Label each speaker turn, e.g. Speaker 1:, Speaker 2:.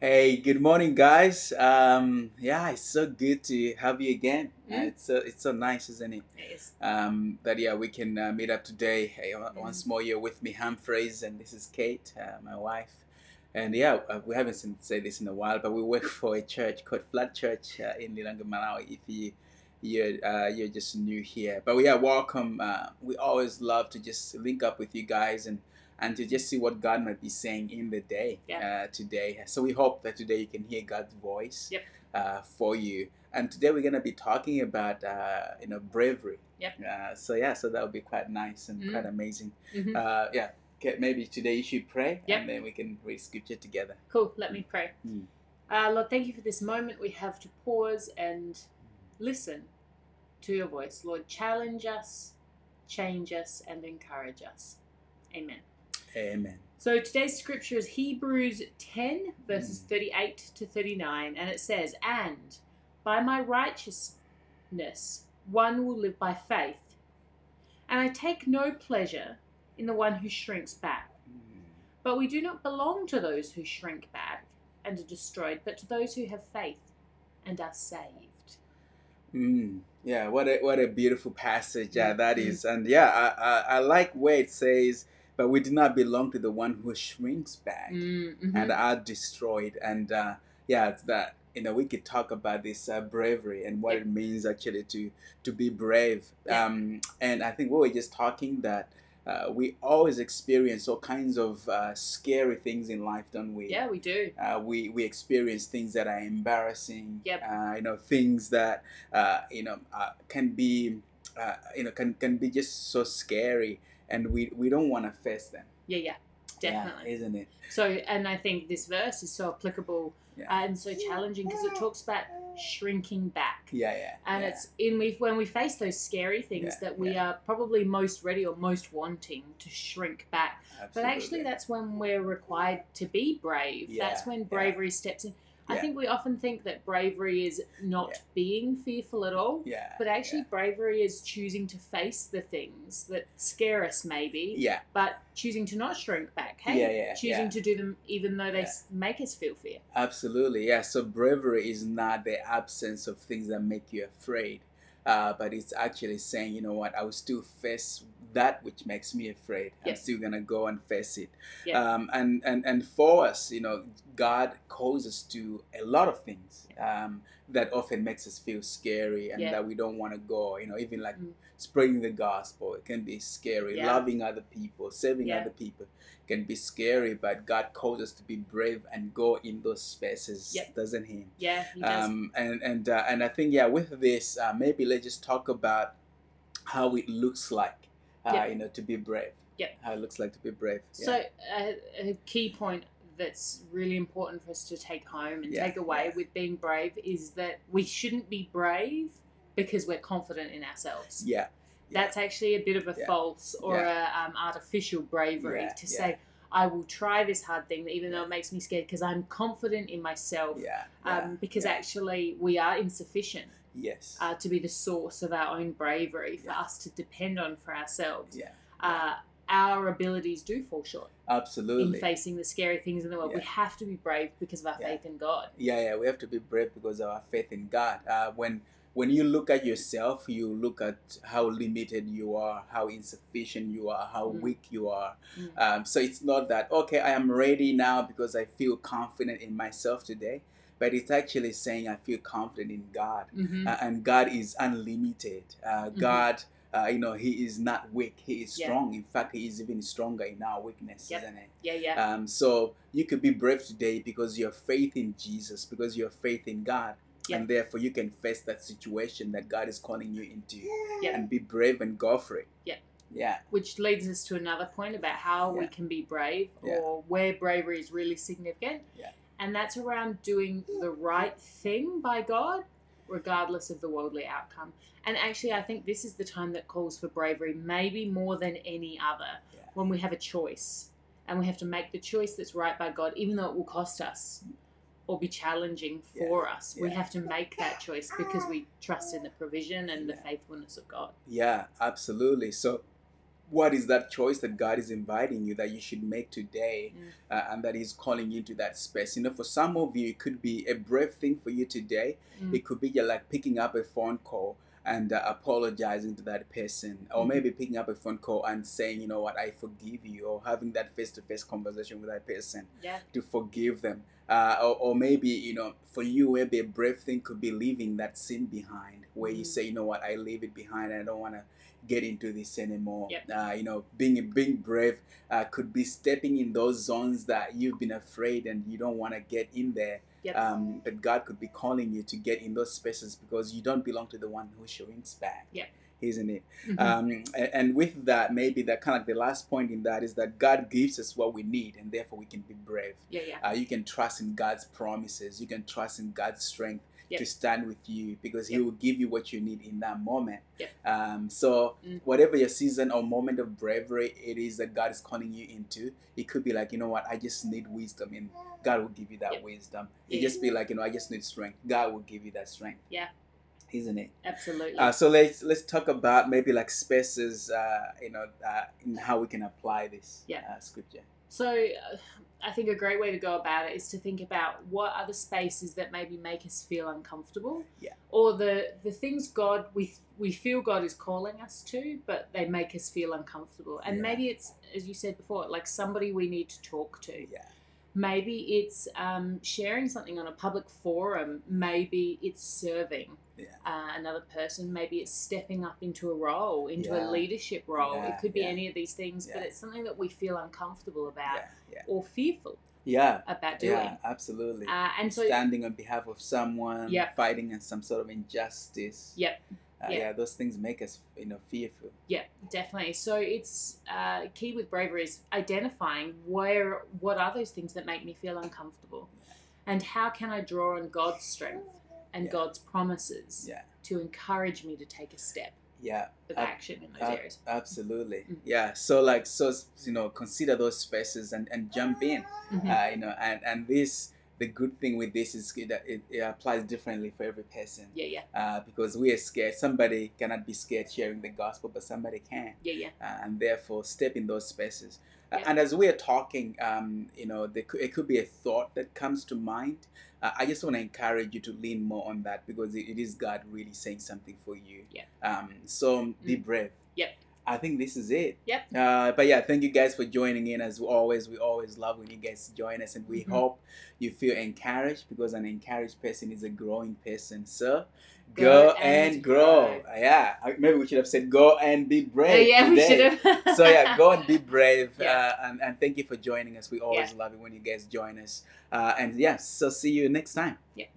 Speaker 1: Hey, good morning, guys. Um, yeah, it's so good to have you again.
Speaker 2: Mm.
Speaker 1: Uh, it's so it's so nice, isn't it?
Speaker 2: It is.
Speaker 1: Um, that yeah, we can uh, meet up today. Hey, on-
Speaker 2: Mm.
Speaker 1: once more, you're with me, Humphreys, and this is Kate, uh, my wife. And yeah, uh, we haven't seen, said this in a while, but we work for a church called Flood Church uh, in Lilanga, Malawi. If you you're uh, you're just new here, but yeah, welcome. Uh, we always love to just link up with you guys and and to just see what God might be saying in the day
Speaker 2: Yeah.
Speaker 1: uh, today. So we hope that today you can hear God's voice
Speaker 2: Yep.
Speaker 1: uh, for you. And today we're gonna be talking about uh, you know bravery.
Speaker 2: Yep.
Speaker 1: Uh, so yeah, so that would be quite nice and
Speaker 2: Mm.
Speaker 1: quite amazing.
Speaker 2: Mhm.
Speaker 1: Uh, yeah. Okay, maybe today you should pray,
Speaker 2: Yep.
Speaker 1: and then we can read scripture together.
Speaker 2: Cool. Let me pray.
Speaker 1: Mm.
Speaker 2: Uh, Lord, thank you for this moment we have to pause and listen to your voice. Lord, challenge us, change us, and encourage us. Amen.
Speaker 1: Amen.
Speaker 2: So today's scripture is Hebrews 10, verses
Speaker 1: Mm.
Speaker 2: 38 to 39, and it says, And by my righteousness one will live by faith, and I take no pleasure in the one who shrinks back.
Speaker 1: Mm.
Speaker 2: But we do not belong to those who shrink back and are destroyed, but to those who have faith and are saved.
Speaker 1: Mm, yeah, what a what a beautiful passage uh, that
Speaker 2: Mhm.
Speaker 1: is, and yeah, I, I I like where it says, but we do not belong to the one who shrinks back
Speaker 2: Mm-hmm.
Speaker 1: and are destroyed, and uh, yeah, it's that you know we could talk about this uh, bravery and what
Speaker 2: Yeah.
Speaker 1: it means actually to to be brave,
Speaker 2: Yeah.
Speaker 1: um, and I think we were just talking that. Uh, we always experience all kinds of uh, scary things in life, don't we?
Speaker 2: yeah, we do.
Speaker 1: uh, we we experience things that are embarrassing.
Speaker 2: Yep.
Speaker 1: Uh, you know things that uh, you know uh, can be uh, you know can can be just so scary, and we we don't want to face them.
Speaker 2: Yeah, yeah,
Speaker 1: Yeah,
Speaker 2: definitely.
Speaker 1: isn't it?
Speaker 2: So, and I think this verse is so applicable uh,
Speaker 1: Yeah.
Speaker 2: and so challenging because it talks about shrinking back.
Speaker 1: Yeah, yeah.
Speaker 2: And
Speaker 1: yeah.
Speaker 2: it's in we when we face those scary things
Speaker 1: Yeah,
Speaker 2: that we are probably most ready or most wanting to shrink back. But actually,
Speaker 1: absolutely.
Speaker 2: that's when we're required to be brave. that's
Speaker 1: Yeah,
Speaker 2: when
Speaker 1: yeah.
Speaker 2: bravery steps in. I
Speaker 1: Yeah.
Speaker 2: think we often think that bravery is not
Speaker 1: Yeah.
Speaker 2: being fearful at all,
Speaker 1: yeah.
Speaker 2: but actually,
Speaker 1: yeah.
Speaker 2: bravery is choosing to face the things that scare us, maybe,
Speaker 1: Yeah,
Speaker 2: but choosing to not shrink back. Hey,
Speaker 1: Yeah, yeah,
Speaker 2: choosing
Speaker 1: yeah.
Speaker 2: to do them even though they
Speaker 1: Yeah.
Speaker 2: s make us feel fear.
Speaker 1: absolutely. Yeah. So bravery is not the absence of things that make you afraid, uh, but it's actually saying, you know what, I will still face that which makes me afraid. I'm
Speaker 2: Yeah.
Speaker 1: still gonna go and face it.
Speaker 2: Yeah.
Speaker 1: Um, and and and for us, you know, God calls us to a lot of things um, that often makes us feel scary and
Speaker 2: Yeah.
Speaker 1: that we don't want to go. You know, even like
Speaker 2: Mm.
Speaker 1: spreading the gospel, it can be scary.
Speaker 2: Yeah.
Speaker 1: Loving other people, serving
Speaker 2: Yeah.
Speaker 1: other people can be scary, but God calls us to be brave and go in those spaces,
Speaker 2: Yep.
Speaker 1: doesn't He?
Speaker 2: Yeah, he does.
Speaker 1: Um, and and uh, and I think yeah, with this, uh, maybe let's just talk about how it looks like, uh,
Speaker 2: Yep.
Speaker 1: you know, to be brave.
Speaker 2: Yep.
Speaker 1: How it looks like to be brave. Yeah.
Speaker 2: So, uh, a key point that's really important for us to take home and
Speaker 1: Yeah,
Speaker 2: take away
Speaker 1: yeah.
Speaker 2: with being brave is that we shouldn't be brave because we're confident in ourselves.
Speaker 1: yeah. yeah.
Speaker 2: That's actually a bit of a
Speaker 1: Yeah.
Speaker 2: false or a um, artificial bravery
Speaker 1: Yeah,
Speaker 2: to
Speaker 1: yeah.
Speaker 2: say, I will try this hard thing even though
Speaker 1: Yeah.
Speaker 2: it makes me scared because I'm confident in myself.
Speaker 1: yeah,
Speaker 2: Um,
Speaker 1: yeah,
Speaker 2: because
Speaker 1: yeah.
Speaker 2: actually, we are insufficient
Speaker 1: yes,
Speaker 2: uh, to be the source of our own bravery for
Speaker 1: Yeah.
Speaker 2: us to depend on for ourselves.
Speaker 1: yeah,
Speaker 2: Uh, our abilities do fall short in
Speaker 1: absolutely.
Speaker 2: facing the scary things in the world. We
Speaker 1: Yeah.
Speaker 2: have to be brave because of our
Speaker 1: Yeah.
Speaker 2: faith in God.
Speaker 1: Yeah, yeah, we have to be brave because of our faith in God. Uh, when when you look at yourself, you look at how limited you are, how insufficient you are, how
Speaker 2: Mm.
Speaker 1: weak you are.
Speaker 2: Mm.
Speaker 1: Um, so it's not that okay, I am ready now because I feel confident in myself today, but it's actually saying I feel confident in God.
Speaker 2: hmm
Speaker 1: uh, and God is unlimited. Uh,
Speaker 2: Mhm.
Speaker 1: God, uh, you know, He is not weak. He is
Speaker 2: Yeah.
Speaker 1: strong. In fact, He is even stronger in our weakness,
Speaker 2: Yep.
Speaker 1: isn't it?
Speaker 2: Yeah, yeah,
Speaker 1: Um, so you could be brave today because your faith in Jesus, because your faith in God,
Speaker 2: Yeah.
Speaker 1: and therefore you can face that situation that God is calling you into,
Speaker 2: Yeah.
Speaker 1: and be brave and go for it.
Speaker 2: Yeah.
Speaker 1: Yeah.
Speaker 2: Which leads us to another point about how we
Speaker 1: Yeah.
Speaker 2: can be brave
Speaker 1: Yeah.
Speaker 2: or where bravery is really significant.
Speaker 1: Yeah.
Speaker 2: And that's around doing the right thing by God, regardless of the worldly outcome. And actually, I think this is the time that calls for bravery, maybe more than any other,
Speaker 1: Yeah.
Speaker 2: when we have a choice and we have to make the choice that's right by God, even though it will cost us or be challenging
Speaker 1: Yeah.
Speaker 2: for us. We
Speaker 1: Yeah.
Speaker 2: have to make that choice because we trust in the provision and the
Speaker 1: Yeah.
Speaker 2: faithfulness of God.
Speaker 1: Yeah, absolutely. So what is that choice that God is inviting you that you should make today
Speaker 2: Mm.
Speaker 1: uh, and that He's calling you into that space? You know, for some of you, it could be a brave thing for you today.
Speaker 2: Mm.
Speaker 1: It could be you're like picking up a phone call and uh, apologizing to that person, or
Speaker 2: Mhm.
Speaker 1: maybe picking up a phone call and saying, you know what, I forgive you, or having that face to face conversation with that person
Speaker 2: Yeah.
Speaker 1: to forgive them. Uh, or, or maybe, you know, for you, maybe a brave thing could be leaving that sin behind, where you
Speaker 2: Mhm.
Speaker 1: say, you know what, I leave it behind. I don't want to get into this anymore.
Speaker 2: Yep.
Speaker 1: Uh, you know, being being brave uh, could be stepping in those zones that you've been afraid and you don't want to get in there.
Speaker 2: Yep.
Speaker 1: Um, but God could be calling you to get in those spaces because you don't belong to the one who shrinks back.
Speaker 2: Yep.
Speaker 1: Isn't it?
Speaker 2: Mhm.
Speaker 1: Um, a- and with that, maybe that kind of the last point in that is that God gives us what we need, and therefore we can be brave.
Speaker 2: yeah. Yeah.
Speaker 1: Uh, you can trust in God's promises. You can trust in God's strength
Speaker 2: Yep.
Speaker 1: to stand with you because He
Speaker 2: Yep.
Speaker 1: will give you what you need in that moment.
Speaker 2: Yep.
Speaker 1: Um, so,
Speaker 2: Mm.
Speaker 1: whatever your season or moment of bravery it is that God is calling you into, it could be like, you know what, I just need wisdom, and God will give you that
Speaker 2: Yep.
Speaker 1: wisdom.
Speaker 2: Yeah.
Speaker 1: It just be like, you know, I just need strength. God will give you that strength.
Speaker 2: Yeah.
Speaker 1: Isn't it?
Speaker 2: Absolutely.
Speaker 1: Uh, so let's let's talk about maybe like spaces, uh, you know, uh, in how we can apply this
Speaker 2: Yeah.
Speaker 1: uh, scripture.
Speaker 2: So, uh, I think a great way to go about it is to think about what are the spaces that maybe make us feel uncomfortable,
Speaker 1: Yeah.
Speaker 2: or the the things God we we feel God is calling us to, but they make us feel uncomfortable. And
Speaker 1: Yeah.
Speaker 2: maybe it's as you said before, like somebody we need to talk to.
Speaker 1: Yeah.
Speaker 2: Maybe it's um, sharing something on a public forum. Maybe it's serving
Speaker 1: Yeah.
Speaker 2: uh, another person. Maybe it's stepping up into a role, into
Speaker 1: Yeah.
Speaker 2: a leadership role.
Speaker 1: Yeah,
Speaker 2: It could be
Speaker 1: yeah.
Speaker 2: any of these things, but
Speaker 1: Yeah.
Speaker 2: it's something that we feel uncomfortable about
Speaker 1: Yeah. Yeah.
Speaker 2: or fearful
Speaker 1: Yeah.
Speaker 2: about doing.
Speaker 1: Yeah, absolutely.
Speaker 2: Uh, and so,
Speaker 1: Standing on behalf of someone,
Speaker 2: Yep.
Speaker 1: fighting against some sort of injustice.
Speaker 2: Yep.
Speaker 1: Uh,
Speaker 2: Yeah.
Speaker 1: Yeah, those things make us, you know, fearful.
Speaker 2: yeah, definitely. So it's uh, key with bravery is identifying where what are those things that make me feel uncomfortable, and how can I draw on God's strength and
Speaker 1: Yeah.
Speaker 2: God's promises
Speaker 1: Yeah.
Speaker 2: to encourage me to take a step
Speaker 1: Yeah,
Speaker 2: of
Speaker 1: Ab-
Speaker 2: action in those
Speaker 1: ab-
Speaker 2: areas.
Speaker 1: absolutely.
Speaker 2: Mm.
Speaker 1: Yeah. So like, so you know, consider those spaces and and jump in.
Speaker 2: Mhm.
Speaker 1: Uh, you know, and and this. The good thing with this is that it, it applies differently for every person
Speaker 2: Yeah, yeah,
Speaker 1: uh, because we are scared. Somebody cannot be scared sharing the gospel, but somebody can.
Speaker 2: yeah, yeah,
Speaker 1: uh, and therefore step in those spaces. Uh,
Speaker 2: Yeah.
Speaker 1: And as we are talking, um, you know, there could, it could be a thought that comes to mind. Uh, I just want to encourage you to lean more on that because it, it is God really saying something for you.
Speaker 2: Yeah. Mm.
Speaker 1: Um, so be brave.
Speaker 2: Yep.
Speaker 1: I think this is it.
Speaker 2: Yep.
Speaker 1: Uh, but yeah, thank you guys for joining in. As always, we always love when you guys join us, and we
Speaker 2: Mhm.
Speaker 1: hope you feel encouraged because an encouraged person is a growing person. So
Speaker 2: Go
Speaker 1: go,
Speaker 2: and
Speaker 1: and, grow.
Speaker 2: grow.
Speaker 1: Uh, Yeah. I- Maybe we should have said go and be brave.
Speaker 2: yeah, we
Speaker 1: today
Speaker 2: should have.
Speaker 1: so yeah, go and be brave,
Speaker 2: Yeah.
Speaker 1: uh, and, and thank you for joining us. We always love it when you guys join us, uh, and yeah, so see you next time.
Speaker 2: Yeah.